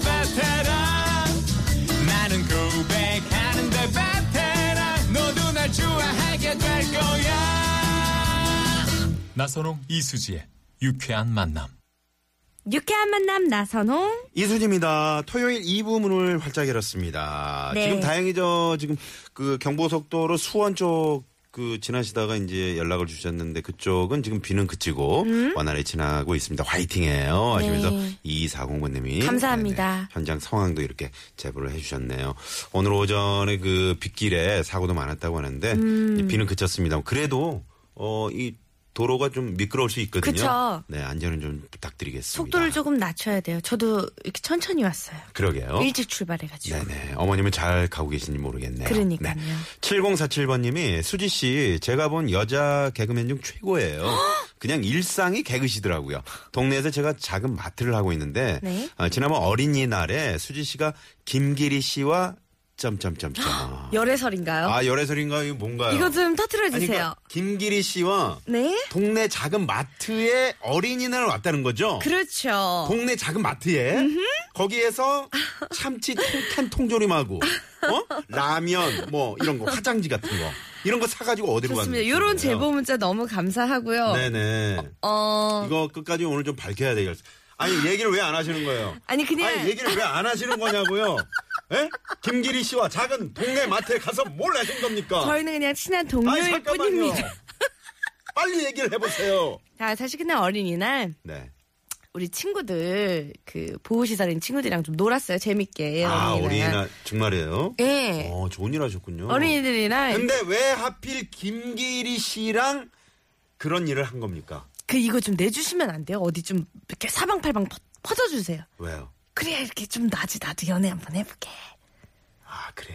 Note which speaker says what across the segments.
Speaker 1: 베테랑 나는 고백하는데 베테랑 너도 날 좋아하게 될 거야. 나선홍 이수지의 유쾌한 만남.
Speaker 2: 유쾌한 만남 나선홍.
Speaker 3: 이수지입니다. 토요일 2부 문을 활짝 열었습니다.
Speaker 2: 네.
Speaker 3: 지금 다행히 저 지금 그 경보속도로 수원 쪽 그 지나시다가 이제 연락을 주셨는데 그쪽은 지금 비는 그치고 완활히 지나고 있습니다. 화이팅해요. 하시면서
Speaker 2: 음? 네.
Speaker 3: 2409님이 네,
Speaker 2: 감사합니다.
Speaker 3: 현장 상황도 이렇게 제보를 해주셨네요. 오늘 오전에 그 빗길에 사고도 많았다고 하는데
Speaker 2: 음.
Speaker 3: 이제 비는 그쳤습니다. 그래도 어 이 도로가 좀 미끄러울 수 있거든요.
Speaker 2: 그쵸.
Speaker 3: 네 안전은 좀 부탁드리겠습니다.
Speaker 2: 속도를 조금 낮춰야 돼요. 저도 이렇게 천천히 왔어요.
Speaker 3: 그러게요.
Speaker 2: 일찍 출발해가지고.
Speaker 3: 예, 네네. 어머님은 잘 가고 계신지 모르겠네요.
Speaker 2: 그러니까요.
Speaker 3: 7047번님이 수지 씨 제가 본 여자 개그맨 중 최고예요. 그냥 일상이 개그시더라고요. 동네에서 제가 작은 마트를 하고 있는데
Speaker 2: 네.
Speaker 3: 아, 지난번 어린이날에 수지 씨가 김기리 씨와 점점점점.
Speaker 2: 열애설인가요?
Speaker 3: 아 열애설인가 이거 뭔가요?
Speaker 2: 어? 이거 좀 터트려
Speaker 3: 아니,
Speaker 2: 주세요.
Speaker 3: 그러니까 김기리 씨와
Speaker 2: 네?
Speaker 3: 동네 작은 마트에 어린이날 왔다는 거죠?
Speaker 2: 그렇죠.
Speaker 3: 동네 작은 마트에 거기에서 참치 통- 캔 통조림하고 어? 라면 뭐 이런 거 화장지 같은 거 이런 거 사가지고 어디로 가는
Speaker 2: 좋습니다.
Speaker 3: 거예요?
Speaker 2: 요런 제보 문자 너무 감사하고요.
Speaker 3: 네네
Speaker 2: 어,
Speaker 3: 이거 끝까지 오늘 좀 밝혀야 되겠어 아니 얘기를 왜 안 하시는 거예요?
Speaker 2: 아니, 그냥-
Speaker 3: 아니, 얘기를 왜 안 하시는 거냐고요? 에? 김기리 씨와 작은 동네 마트에 가서 뭘 하신 겁니까?
Speaker 2: 저희는 그냥 친한
Speaker 3: 아니,
Speaker 2: 동료일
Speaker 3: 잠깐만요.
Speaker 2: 뿐입니다.
Speaker 3: 빨리 얘기를 해보세요.
Speaker 2: 아, 사실 그날 어린이날
Speaker 3: 네.
Speaker 2: 우리 친구들 그 보호시설인 친구들이랑 좀 놀았어요. 재밌게.
Speaker 3: 아
Speaker 2: 어린이날.
Speaker 3: 어린이날 정말이에요?
Speaker 2: 네, 예.
Speaker 3: 어 좋은 일 하셨군요.
Speaker 2: 어린이들이랑
Speaker 3: 근데 왜 하필 김기리 씨랑 그런 일을 한 겁니까?
Speaker 2: 그 이거 좀 내주시면 안 돼요? 어디 좀 이렇게 사방팔방 퍼, 퍼져주세요.
Speaker 3: 왜요?
Speaker 2: 그래야 이렇게 좀 나지 나도 연애 한번 해볼게.
Speaker 3: 아 그래?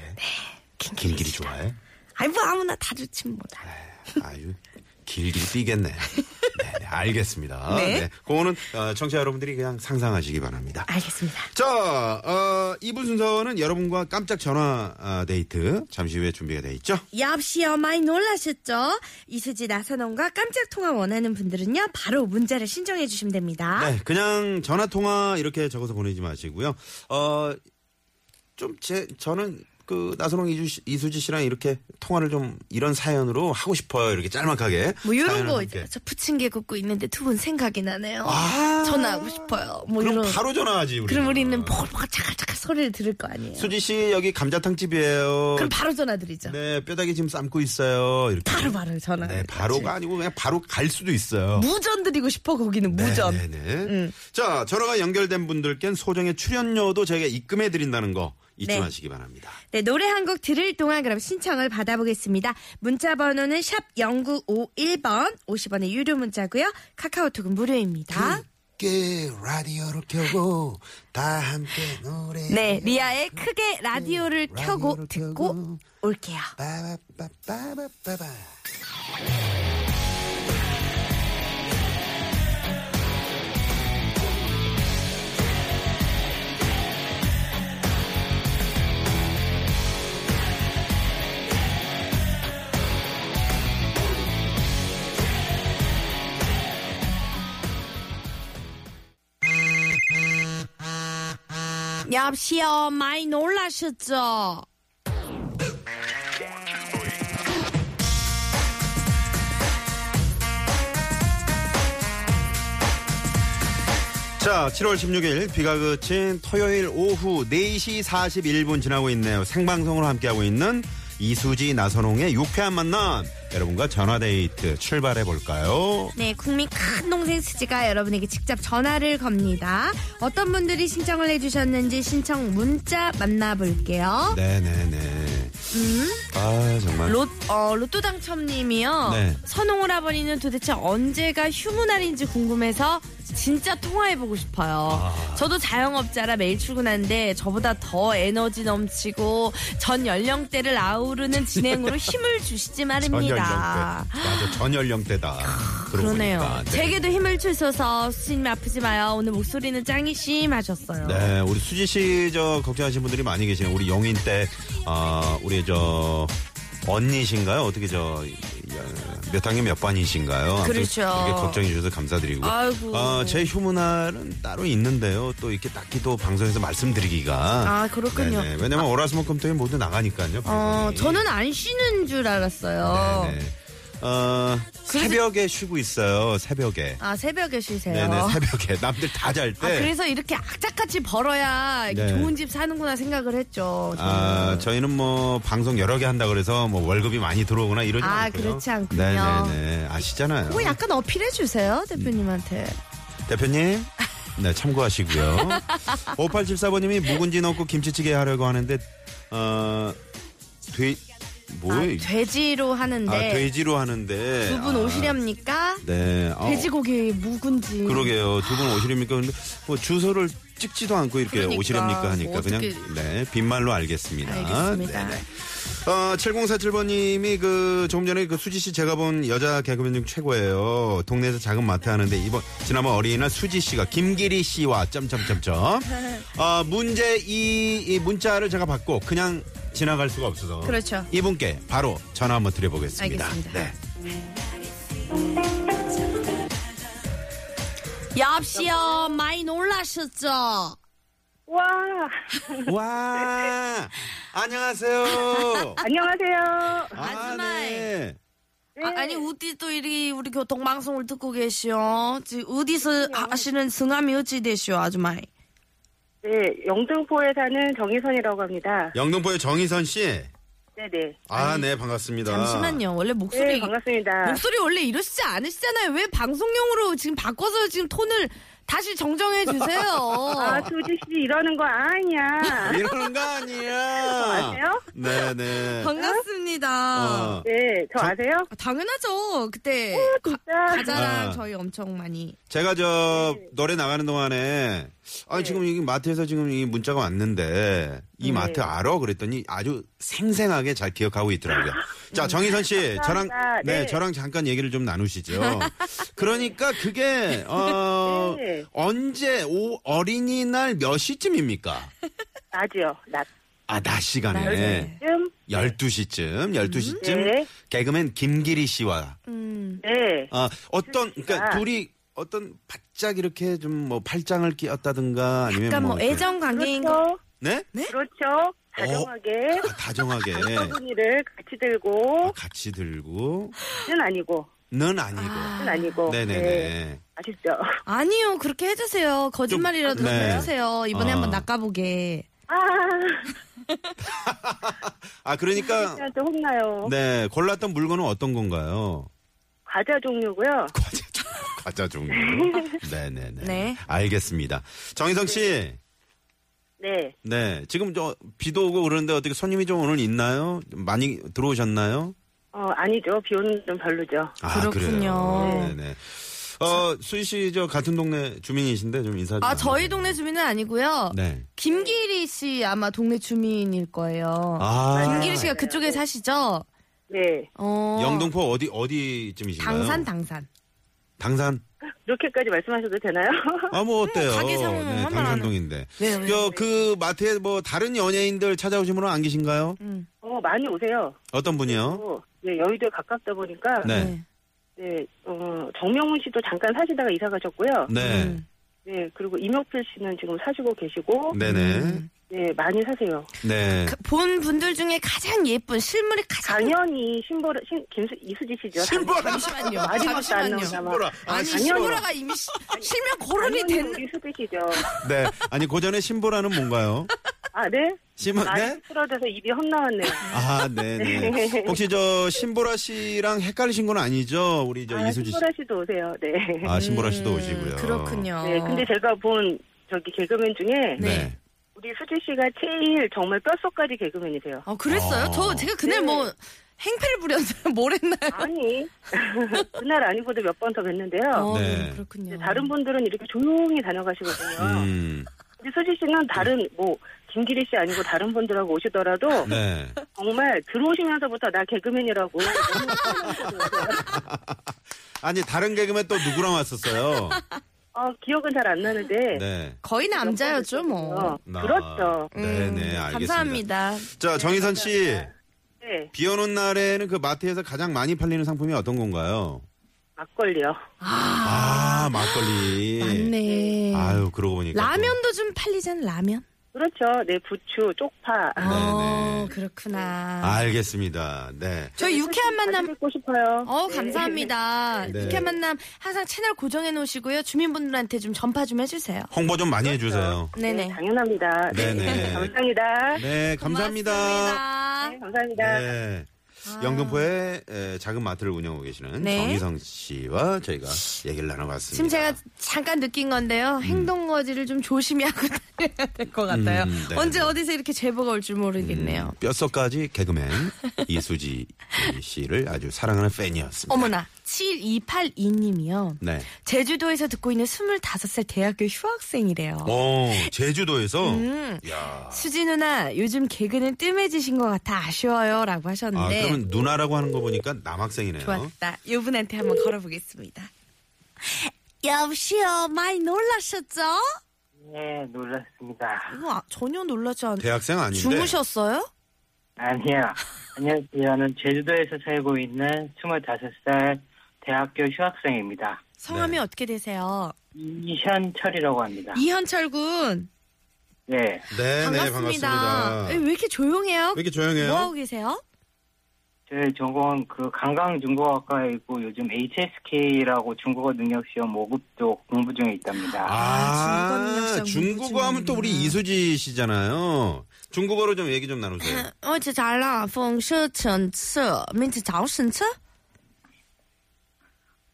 Speaker 2: 김기리,
Speaker 3: 김기리
Speaker 2: 네, 씨랑.
Speaker 3: 좋아해? 네.
Speaker 2: 아니 뭐 아무나 다 좋지 뭐. 나.
Speaker 3: 아유 길길 삐겠네. 네네 알겠습니다.
Speaker 2: 네.
Speaker 3: 그거는 어, 청취자 여러분들이 그냥 상상하시기 바랍니다.
Speaker 2: 알겠습니다.
Speaker 3: 자, 어, 2부 순서는 여러분과 깜짝 전화 아, 데이트 잠시 후에 준비가 돼 있죠?
Speaker 2: 역시요 어, 많이 놀라셨죠? 이수지 나선홍과 깜짝 통화 원하는 분들은요 바로 문자를 신청해 주시면 됩니다.
Speaker 3: 네, 그냥 전화 통화 이렇게 적어서 보내지 마시고요. 어, 좀 제 저는 그 나선홍 이주 씨- 이수지 씨랑 이렇게 통화를 좀 이런 사연으로 하고 싶어요. 이렇게 짤막하게.
Speaker 2: 뭐 이런
Speaker 3: 사연을
Speaker 2: 거
Speaker 3: 함께.
Speaker 2: 있잖아요. 저 부침개 굽고 있는데 두 분 생각이 나네요.
Speaker 3: 아.
Speaker 2: 전화하고 싶어요. 뭐
Speaker 3: 그럼
Speaker 2: 이런.
Speaker 3: 바로 전화하지 우리.
Speaker 2: 그럼 우리는 보글보글 차갈차갈 소리를 들을 거 아니에요.
Speaker 3: 수지 씨 여기 감자탕 집이에요.
Speaker 2: 그럼 바로 전화 드리죠.
Speaker 3: 어. 네, 뼈다귀 지금 삶고 있어요. 이렇게.
Speaker 2: 바로 바로 전화.
Speaker 3: 네, 바로가 아니고 그냥 바로 갈 수도 있어요.
Speaker 2: 무전 드리고 싶어 거기는 무전.
Speaker 3: 네네네.
Speaker 2: 음.
Speaker 3: 자, 전화가 연결된 분들께는 소정의 출연료도 저희가 입금해 드린다는 거 잊지
Speaker 2: 네.
Speaker 3: 마시기 바랍니다.
Speaker 2: 네, 노래 한 곡 들을 동안 그럼 신청을 받아보겠습니다. 문자 번호는 샵 0951번, 50원의 유료 문자고요. 카카오톡은 무료입니다.
Speaker 3: 함께 라디오를 켜고 다 함께 노래
Speaker 2: 네, 리아의 크게 라디오를 켜고 듣고 올게요.
Speaker 3: 빠바빠바바바
Speaker 2: 여보세요, 많이 놀라셨죠?
Speaker 3: 자, 7월 16일 비가 그친 토요일 오후 4시 41분 지나고 있네요. 생방송으로 함께하고 있는 이수지 나선홍의 유쾌한 만남 여러분과 전화데이트 출발해 볼까요?
Speaker 2: 네, 국민 큰 동생 수지가 여러분에게 직접 전화를 겁니다. 어떤 분들이 신청을 해주셨는지 신청 문자 만나볼게요.
Speaker 3: 네네네.
Speaker 2: 음?
Speaker 3: 아 정말.
Speaker 2: 로, 어, 로또 당첨님이요.
Speaker 3: 네.
Speaker 2: 선홍 오라버니는 도대체 언제가 휴무날인지 궁금해서 진짜 통화해보고 싶어요.
Speaker 3: 아.
Speaker 2: 저도 자영업자라 매일 출근하는데 저보다 더 에너지 넘치고 전 연령대를 아우르는 진행으로 힘을 주시지
Speaker 3: 전연령대.
Speaker 2: 말입니다.
Speaker 3: 맞아, 전연령대다.
Speaker 2: 그러네요.
Speaker 3: 들어보니까. 네.
Speaker 2: 제게도 힘을 주셔서 수진님 아프지 마요. 오늘 목소리는 짱이심 하셨어요.
Speaker 3: 네, 우리 수지 씨 저 걱정하시는 분들이 많이 계시네요. 우리 영인 때, 아, 우리 저 언니신가요? 어떻게 저. 몇 학년 몇 반이신가요? 아무튼
Speaker 2: 그렇죠.
Speaker 3: 이렇게 걱정해 주셔서 감사드리고.
Speaker 2: 아이고.
Speaker 3: 아, 제 휴무날은 따로 있는데요. 또 이렇게 딱히 또 방송에서 말씀드리기가.
Speaker 2: 아, 그렇군요.
Speaker 3: 네네. 왜냐면 오라스모컴터에 모두 나가니까요.
Speaker 2: 어,
Speaker 3: 방송이.
Speaker 2: 저는 안 쉬는 줄 알았어요.
Speaker 3: 네네. 어, 새벽에 쉬고 있어요. 새벽에.
Speaker 2: 아, 새벽에 쉬세요.
Speaker 3: 네네, 새벽에. 남들 다 잘 때.
Speaker 2: 아, 그래서 이렇게 악착같이 벌어야 이렇게
Speaker 3: 네.
Speaker 2: 좋은 집 사는구나 생각을 했죠. 저는.
Speaker 3: 아, 저희는 뭐 방송 여러 개 한다 그래서 뭐 월급이 많이 들어오거나 이러지
Speaker 2: 아,
Speaker 3: 않고요.
Speaker 2: 그렇지 않군요.
Speaker 3: 네네네 아시잖아요.
Speaker 2: 그거 약간 어필해 주세요, 대표님한테.
Speaker 3: 대표님. 네, 참고하시고요. 5874번님이 묵은지 넣고 김치찌개 하려고 하는데 어, 돼,
Speaker 2: 아,
Speaker 3: 뭐예요?
Speaker 2: 돼지로 하는데
Speaker 3: 네. 아, 돼지로 하는데
Speaker 2: 두 분
Speaker 3: 아,
Speaker 2: 오시렵니까?
Speaker 3: 네, 아우,
Speaker 2: 돼지고기 묵은지.
Speaker 3: 그러게요. 두 분 오시렵니까? 근데 뭐 주소를 찍지도 않고 이렇게
Speaker 2: 그러니까,
Speaker 3: 오시렵니까 하니까
Speaker 2: 뭐
Speaker 3: 그냥
Speaker 2: 어떻게-
Speaker 3: 네 빈말로 알겠습니다.
Speaker 2: 알겠습니다.
Speaker 3: 네네. 어, 7047번님이 그 조금 전에 그 수지 씨 제가 본 여자 개그맨 중 최고예요. 동네에서 작은 마트 하는데 이번 지난번 어린이날 수지 씨가 김기리 씨와 점점점점 어, 문제 이, 이 문자를 제가 받고 그냥 지나갈 수가 없어서
Speaker 2: 그렇죠.
Speaker 3: 이분께 바로 전화 한번 드려보겠습니다.
Speaker 2: 알겠습니다.
Speaker 3: 네.
Speaker 2: 엽시요, 많이 놀라셨죠? 아,
Speaker 4: 와
Speaker 3: 와 안녕하세요. 아,
Speaker 4: 안녕하세요.
Speaker 2: 아줌마이.
Speaker 3: 네.
Speaker 2: 아, 니 어디 또 이리 우리 교통방송을 듣고 계시오? 지금 어디서 하시는 성함이 어찌 되시오, 아줌마?
Speaker 4: 네 영등포에 사는 정희선이라고 합니다.
Speaker 3: 영등포의 정희선 씨.
Speaker 4: 네네.
Speaker 3: 아, 네, 반갑습니다.
Speaker 2: 잠시만요. 원래
Speaker 4: 네
Speaker 2: 목소리
Speaker 4: 반갑습니다.
Speaker 2: 목소리 원래 이러시지 않으시잖아요. 왜 방송용으로 지금 바꿔서 지금 톤을 다시 정정해 주세요.
Speaker 4: 아 수지 씨 이러는 거 아니야.
Speaker 3: 이러는 거 아니야.
Speaker 4: 아세요?
Speaker 3: 네네.
Speaker 2: 반갑습니다.
Speaker 3: 어.
Speaker 4: 네 저 아세요?
Speaker 2: 아, 당연하죠. 그때
Speaker 4: 진짜
Speaker 2: 가자랑
Speaker 3: 아.
Speaker 2: 저희 엄청 많이
Speaker 3: 제가 저
Speaker 4: 네.
Speaker 3: 노래 나가는 동안에 아 지금 여기 마트에서 지금 이 문자가 왔는데
Speaker 4: 네.
Speaker 3: 이 마트 알아? 그랬더니 아주 생생하게 잘 기억하고 있더라고요. 자 정희선 씨, 저랑
Speaker 4: 음. 감사합니다.
Speaker 3: 네,
Speaker 4: 네.
Speaker 3: 저랑 잠깐 얘기를 좀 나누시죠. 그러니까 그게 어
Speaker 4: 네.
Speaker 3: 언제 오 어린이날 몇 시쯤입니까?
Speaker 4: 낮이요. 낮.
Speaker 3: 아 낮 시간에.
Speaker 4: 쯤
Speaker 3: 12시쯤, 12시쯤
Speaker 4: 네.
Speaker 3: 개그맨 김기리 씨와
Speaker 2: 음.
Speaker 4: 네.
Speaker 3: 아, 어떤 그러니까
Speaker 4: 씨가.
Speaker 3: 둘이 어떤 바짝 이렇게 좀 뭐 팔짱을 끼었다든가 아니면
Speaker 2: 약간 뭐
Speaker 3: 이렇게-
Speaker 2: 애정 관계인 거.
Speaker 4: 그렇죠.
Speaker 3: 네?
Speaker 4: 그렇죠. 다정하게
Speaker 3: 아, 다정하게 아,
Speaker 4: 서분이를 같이 들고
Speaker 3: 같이 들고
Speaker 4: 는 아니고
Speaker 3: 는 아니고.
Speaker 4: 는 아니고.
Speaker 3: 네네네.
Speaker 4: 네. 아쉽죠.
Speaker 2: 아니요, 그렇게 해주세요. 거짓말이라도
Speaker 3: 좀- 네.
Speaker 2: 해주세요. 이번에
Speaker 3: 아.
Speaker 2: 한번 낚아보게.
Speaker 4: 아
Speaker 3: 아, 그러니까
Speaker 4: 저한테 혼나요.
Speaker 3: 네, 골랐던 물건은 어떤 건가요?
Speaker 4: 과자 종류고요.
Speaker 3: 과자 종 과자 종류. 네, 네, 네.
Speaker 2: 네.
Speaker 3: 알겠습니다. 정희성 씨.
Speaker 4: 네.
Speaker 3: 네. 지금 저 비도 오고 그러는데 어떻게 손님이 좀 오늘 있나요? 많이 들어오셨나요?
Speaker 4: 어 아니죠. 비 오는 좀 별로죠.
Speaker 2: 그렇군요.
Speaker 3: 아, 그래요? 네네. 어, 수희 씨 저 같은 동네 주민이신데 좀 인사 좀.
Speaker 2: 아, 저희
Speaker 3: 나눠요.
Speaker 2: 동네 주민은 아니고요.
Speaker 3: 네.
Speaker 2: 김기리 씨 아마 동네 주민일 거예요.
Speaker 3: 아.
Speaker 2: 김기리 씨가 그쪽에 사시죠?
Speaker 4: 네.
Speaker 2: 어.
Speaker 3: 영등포 네. 어디 어디쯤이신가요?
Speaker 2: 당산, 당산.
Speaker 3: 당산.
Speaker 4: 이렇게까지 말씀하셔도 되나요?
Speaker 3: 아, 뭐 어때요?
Speaker 2: 가게 상황은
Speaker 3: 네,
Speaker 2: 한번
Speaker 3: 당산동인데.
Speaker 2: 네, 네.
Speaker 3: 저그 마트에 뭐 다른 연예인들 찾아오신 분은 안 계신가요?
Speaker 4: 어, 많이 오세요.
Speaker 3: 어떤 분이요?
Speaker 4: 어, 네, 여의도에 가깝다 보니까 네.
Speaker 3: 네.
Speaker 2: 네.
Speaker 4: 어, 정명훈 씨도 잠깐 사시다가 이사 가셨고요.
Speaker 3: 네.
Speaker 2: 음.
Speaker 4: 네, 그리고 임혁필 씨는 지금 사시고 계시고
Speaker 3: 네, 네.
Speaker 4: 네, 많이 사세요.
Speaker 3: 네.
Speaker 2: 음. 그, 본 분들 중에 가장 예쁜 실물이 가장
Speaker 4: 당연히 신보 신 김수 이수지 씨죠.
Speaker 2: 잠시만요.
Speaker 4: 마지막도
Speaker 2: 잠시만요.
Speaker 4: 안 나오잖아.
Speaker 3: 신보라. 아,
Speaker 2: 아니
Speaker 4: 당연히.
Speaker 2: 신보라가 이미 시- 실명 거론이
Speaker 4: 당연히
Speaker 2: 됐는
Speaker 4: 우리 수지 씨죠.
Speaker 3: 네. 아니, 고전의 신보라는 뭔가요?
Speaker 4: 아, 네?
Speaker 3: 심은 네?
Speaker 4: 많이 풀어져서 입이 헛나왔네요.
Speaker 3: 아, 네네. 혹시 저 신보라 씨랑 헷갈리신 건 아니죠? 우리 저
Speaker 4: 아,
Speaker 3: 이수지 씨.
Speaker 4: 신보라 씨도 오세요. 네.
Speaker 3: 아, 신보라 씨도 오시고요.
Speaker 2: 음,
Speaker 3: 아.
Speaker 2: 그렇군요.
Speaker 4: 네, 근데 제가 본 저기 개그맨 중에
Speaker 3: 네.
Speaker 2: 네.
Speaker 4: 우리 수지 씨가 제일 정말 뼛속까지 개그맨이세요.
Speaker 2: 어, 그랬어요?
Speaker 3: 어.
Speaker 4: 네.
Speaker 2: 저 제가 그날 뭐 행패를 부렸어요. 뭘 했나요?
Speaker 4: 아니 그날 아니고도 몇 번 더 뵀는데요.
Speaker 2: 어,
Speaker 3: 네.
Speaker 4: 이제
Speaker 2: 그렇군요.
Speaker 4: 다른 분들은 이렇게 조용히 다녀가시거든요.
Speaker 3: 음.
Speaker 4: 근데 소지 씨는 다른 뭐 김기리 씨 아니고 다른 분들하고 오시더라도
Speaker 3: 네.
Speaker 4: 정말 들어오시면서부터 나 개그맨이라고 너무
Speaker 3: 아니 다른 개그맨 또 누구랑 왔었어요?
Speaker 4: 어, 기억은 잘 안 나는데
Speaker 3: 네.
Speaker 2: 거의 남자였죠, 뭐.
Speaker 3: 나-
Speaker 4: 그렇죠.
Speaker 3: 네,
Speaker 2: 음,
Speaker 3: 네, 알겠습니다.
Speaker 2: 감사합니다.
Speaker 3: 자, 정희선 씨.
Speaker 4: 네
Speaker 3: 비 오는 날에는 그 마트에서 가장 많이 팔리는 상품이 어떤 건가요?
Speaker 4: 막걸리요.
Speaker 3: 아, 막걸리.
Speaker 2: 맞네.
Speaker 3: 아유, 그러고 보니까.
Speaker 2: 라면도 좀 팔리잖아, 라면.
Speaker 4: 그렇죠. 네 부추 쪽파.
Speaker 3: 네, 아.
Speaker 2: 어,
Speaker 3: 네.
Speaker 2: 그렇구나.
Speaker 3: 또. 알겠습니다. 네.
Speaker 2: 저희 유쾌한 만남
Speaker 4: 고 싶어요.
Speaker 2: 어, 감사합니다.
Speaker 3: 네.
Speaker 2: 유쾌한 만남 항상 채널 고정해 놓으시고요. 주민분들한테 좀 전파 좀 해주세요.
Speaker 3: 홍보 좀 많이 해주세요.
Speaker 2: 네네.
Speaker 4: 당연합니다. 네,
Speaker 3: 네네.
Speaker 4: 감사합니다.
Speaker 3: 네, 감사합니다.
Speaker 2: 그렇죠. 고맙습니다. 아.
Speaker 4: 네, 감사합니다.
Speaker 3: 네. 영등포에 에, 작은 마트를 운영하고 계시는
Speaker 2: 네.
Speaker 3: 정희성 씨와 저희가 얘기를 나눠봤습니다.
Speaker 2: 지금 제가 잠깐 느낀 건데요. 행동거지를 좀 조심히 하고 다녀야 될 것 같아요.
Speaker 3: 음, 네.
Speaker 2: 언제 어디서 이렇게 제보가 올 줄 모르겠네요.
Speaker 3: 음, 뼛속까지 개그맨 이수지 씨를 아주 사랑하는 팬이었습니다.
Speaker 2: 어머나, 7282님이요.
Speaker 3: 네.
Speaker 2: 제주도에서 듣고 있는 25살 대학교 휴학생이래요.
Speaker 3: 오, 어, 제주도에서.
Speaker 2: 음,
Speaker 3: 야.
Speaker 2: 수지 누나, 요즘 개그는 뜸해지신 것 같아 아쉬워요. 라고 하셨는데.
Speaker 3: 아, 그러면 어? 누나라고 하는 거 보니까 남학생이네요.
Speaker 2: 네. 좋았다. 이분한테 한번 걸어보겠습니다. 여보세요, 많이 놀라셨죠?
Speaker 5: 네, 놀랐습니다.
Speaker 2: 이거 아- 전혀 놀라지 않.
Speaker 3: 대학생 아닌데.
Speaker 2: 주무셨어요?
Speaker 5: 아니요. 안녕하세요. 저는 제주도에서 살고 있는 25살 대학교 휴학생입니다.
Speaker 2: 성함이
Speaker 3: 네.
Speaker 2: 어떻게 되세요?
Speaker 5: 이현철이라고 합니다.
Speaker 2: 이현철 군
Speaker 5: 네.
Speaker 3: 네, 네,
Speaker 2: 반갑습니다.
Speaker 3: 반갑습니다.
Speaker 2: 왜 이렇게 조용해요?
Speaker 3: 왜 이렇게 조용해요?
Speaker 2: 뭐 하고 계세요?
Speaker 5: 저의 전공은 그 관광중국어학과에 있고 요즘 HSK라고 중국어 능력시험 5급 쪽 공부 중에 있답니다.
Speaker 2: 아,
Speaker 3: 아,
Speaker 2: 중국어 능력상
Speaker 3: 중국어
Speaker 2: 공부
Speaker 3: 하면 또 우리
Speaker 2: 중이구나.
Speaker 3: 이수지 씨잖아요. 중국어로 좀 얘기 좀 나누세요.
Speaker 2: 어, 저 잘라 펑셔천츠 민트 자오신츠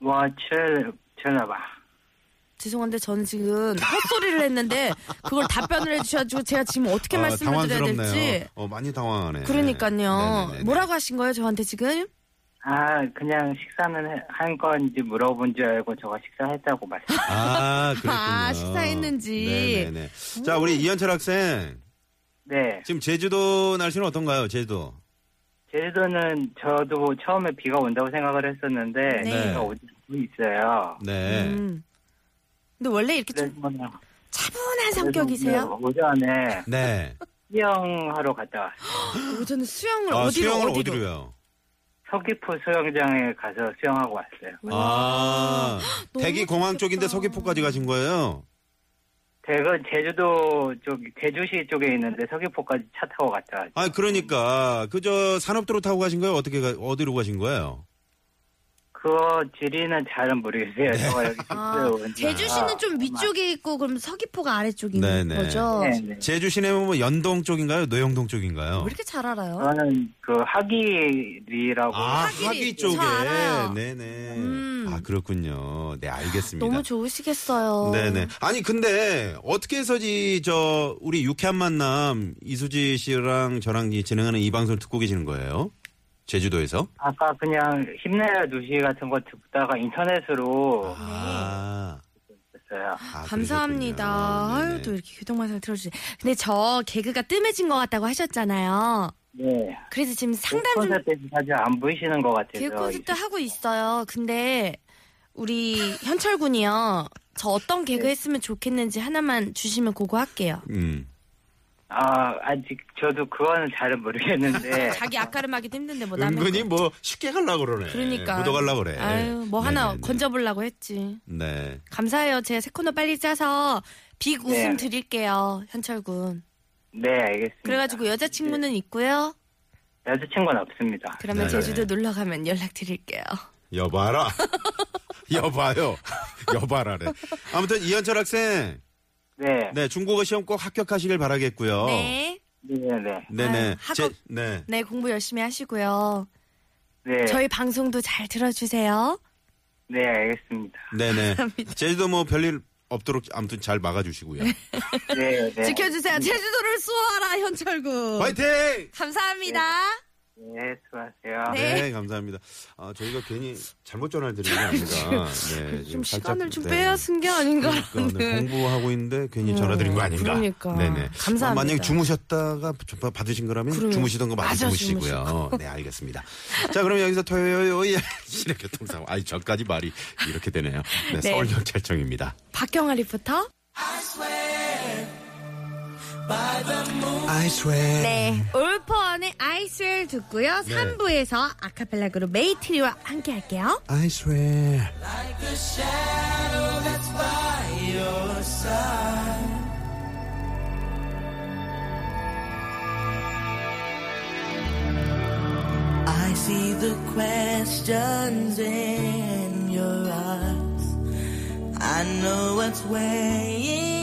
Speaker 5: 와, 철, 철나봐.
Speaker 2: 죄송한데 저는 지금 헛소리를 했는데 그걸 답변을 해주셔가지고 제가 지금 어떻게
Speaker 3: 아,
Speaker 2: 말씀을 드려야
Speaker 3: 당황스럽네요.
Speaker 2: 될지
Speaker 3: 어, 많이 당황하네.
Speaker 2: 그러니까요.
Speaker 3: 네네네네.
Speaker 2: 뭐라고 하신 거예요 저한테 지금?
Speaker 5: 아, 그냥 식사는 해- 한 건지 물어본 줄 알고 저가 식사했다고 말씀.
Speaker 3: 아, 그렇군요.
Speaker 2: 아, 식사했는지.
Speaker 3: 네네네. 자, 우리 이현철 학생.
Speaker 5: 네.
Speaker 3: 지금 제주도 날씨는 어떤가요? 제주도.
Speaker 5: 제주도는 저도 처음에 비가 온다고 생각을 했었는데
Speaker 2: 네.
Speaker 5: 비가 오고 있어요.
Speaker 3: 네.
Speaker 2: 음. 근데 원래 이렇게 좀
Speaker 5: 그래서
Speaker 2: 차분한 성격이세요?
Speaker 5: 오늘 오전에
Speaker 3: 네.
Speaker 5: 수영하러 갔다 왔어요.
Speaker 2: 오전에 수영을
Speaker 3: 아,
Speaker 2: 음. 어디로
Speaker 3: 수영을
Speaker 2: 어디로?
Speaker 3: 어디로요?
Speaker 5: 서귀포 수영장에 가서 수영하고 왔어요.
Speaker 3: 아,
Speaker 2: 너무
Speaker 3: 대기 공항
Speaker 2: 좋겠다.
Speaker 3: 쪽인데 서귀포까지 가신 거예요?
Speaker 5: 대건 제주도 쪽, 제주시 쪽에 있는데 서귀포까지 차 타고 갔다 왔어요.
Speaker 3: 아, 그러니까 그저 산업도로 타고 가신 거예요? 어떻게 가, 어디로 가신 거예요?
Speaker 5: 그거 지리는 잘은 모르겠어요.
Speaker 3: 네.
Speaker 5: 저가 여기
Speaker 2: 아,
Speaker 5: 숙소에 온 지.
Speaker 2: 제주시는 좀 위쪽에 있고 그럼 서귀포가 아래쪽인
Speaker 3: 아, 네네.
Speaker 2: 거죠?
Speaker 5: 네, 네.
Speaker 3: 제주 시내면 뭐 연동 쪽인가요? 노영동 쪽인가요?
Speaker 2: 왜 이렇게 잘 알아요?
Speaker 5: 저는 그 하길이라고
Speaker 3: 아,
Speaker 2: 하길이
Speaker 3: 하기
Speaker 2: 저
Speaker 3: 쪽에.
Speaker 2: 알아요.
Speaker 3: 네네.
Speaker 2: 음.
Speaker 3: 아, 그렇군요. 네, 알겠습니다.
Speaker 2: 너무 좋으시겠어요.
Speaker 3: 네네. 아니, 근데 어떻게 해서지 저 우리 유쾌한 만남 이수지 씨랑 저랑 이 진행하는 이 방송을 듣고 계시는 거예요? 제주도에서?
Speaker 5: 아까 그냥 힘내라 누시 같은 거 듣다가 인터넷으로
Speaker 3: 아.
Speaker 5: 했어요.
Speaker 3: 아,
Speaker 2: 감사합니다.
Speaker 3: 그러셨군요.
Speaker 2: 아유,
Speaker 3: 네네.
Speaker 2: 또 이렇게 교통방송 들어주세요. 근데 저 개그가 뜸해진 것 같다고 하셨잖아요.
Speaker 5: 네.
Speaker 2: 그래서 지금 상담 좀
Speaker 5: 콘서트에서 사실 안 보이시는 것 같아서.
Speaker 2: 개그 콘서트 하고 있어요. 근데 우리 현철 군이요. 저 어떤
Speaker 5: 네.
Speaker 2: 개그 했으면 좋겠는지 하나만 주시면 그거 할게요.
Speaker 3: 음.
Speaker 5: 아, 아직 저도 그거는 잘은 모르겠는데.
Speaker 2: 자기 아까름 하기도 힘든데 뭐 남의
Speaker 3: 은근히
Speaker 2: 거.
Speaker 3: 뭐 쉽게 갈라 그러네.
Speaker 2: 그러니까
Speaker 3: 묻어갈라 그래.
Speaker 2: 아유, 뭐 하나
Speaker 3: 네네네.
Speaker 2: 건져보려고 했지.
Speaker 3: 네.
Speaker 2: 감사해요. 제가 새 코너 빨리 짜서 빅 웃음
Speaker 5: 네.
Speaker 2: 드릴게요. 현철 군.
Speaker 5: 네, 알겠습니다.
Speaker 2: 그래가지고 여자친구는 있고요.
Speaker 5: 여자친구는 없습니다.
Speaker 2: 그러면
Speaker 3: 네네.
Speaker 2: 제주도 놀러 가면 연락 드릴게요.
Speaker 3: 여봐라. 여봐요. 여봐라래. 아무튼 이현철 학생.
Speaker 2: 그
Speaker 5: 네.
Speaker 3: 네, 중국어 시험 꼭 합격하시길 바라겠고요.
Speaker 2: 네.
Speaker 5: 네, 네.
Speaker 3: 네네.
Speaker 2: 아유, 학업-
Speaker 3: 제- 네.
Speaker 2: 네, 공부 열심히 하시고요.
Speaker 5: 네.
Speaker 2: 저희 방송도 잘 들어주세요.
Speaker 5: 네, 알겠습니다.
Speaker 3: 네네. 제주도 뭐 별일 없도록 아무튼 잘 막아주시고요.
Speaker 5: 네, 네.
Speaker 2: 음. 지켜주세요. 제주도를 수호하라, 현철군.
Speaker 3: 화이팅!
Speaker 2: 감사합니다.
Speaker 5: 네, 수고하세요.
Speaker 2: 네.
Speaker 3: 네, 감사합니다. 아, 저희가 괜히 잘못 전화를 드린 게 아닙니다. 네,
Speaker 2: 좀
Speaker 3: 지금 살짝,
Speaker 2: 시간을 좀
Speaker 3: 네.
Speaker 2: 빼야 쓴 게 아닌가.
Speaker 3: 그러니까 네, 공부하고 있는데 괜히 전화 드린 거 아닌가.
Speaker 2: 그러니까.
Speaker 3: 네네.
Speaker 2: 감사합니다.
Speaker 3: 아, 만약에 주무셨다가 저- 바- 받으신 거라면
Speaker 2: 그럼요.
Speaker 3: 주무시던 거 많이
Speaker 2: 맞아,
Speaker 3: 주무시고요. 네, 알겠습니다. 자, 그럼 여기서 토요일 시내 교통사고. 아니, 저까지 말이 이렇게 되네요. 네, 서울경찰청입니다.
Speaker 2: 박경아 리포터.
Speaker 3: I swear.
Speaker 2: 네. 올포원의 아이스웰 듣고요. 삼 3부에서 아카펠라 그룹 메이트리와 함께 할게요.
Speaker 3: I swear.
Speaker 6: I see the questions in your eyes. I know what's weighing.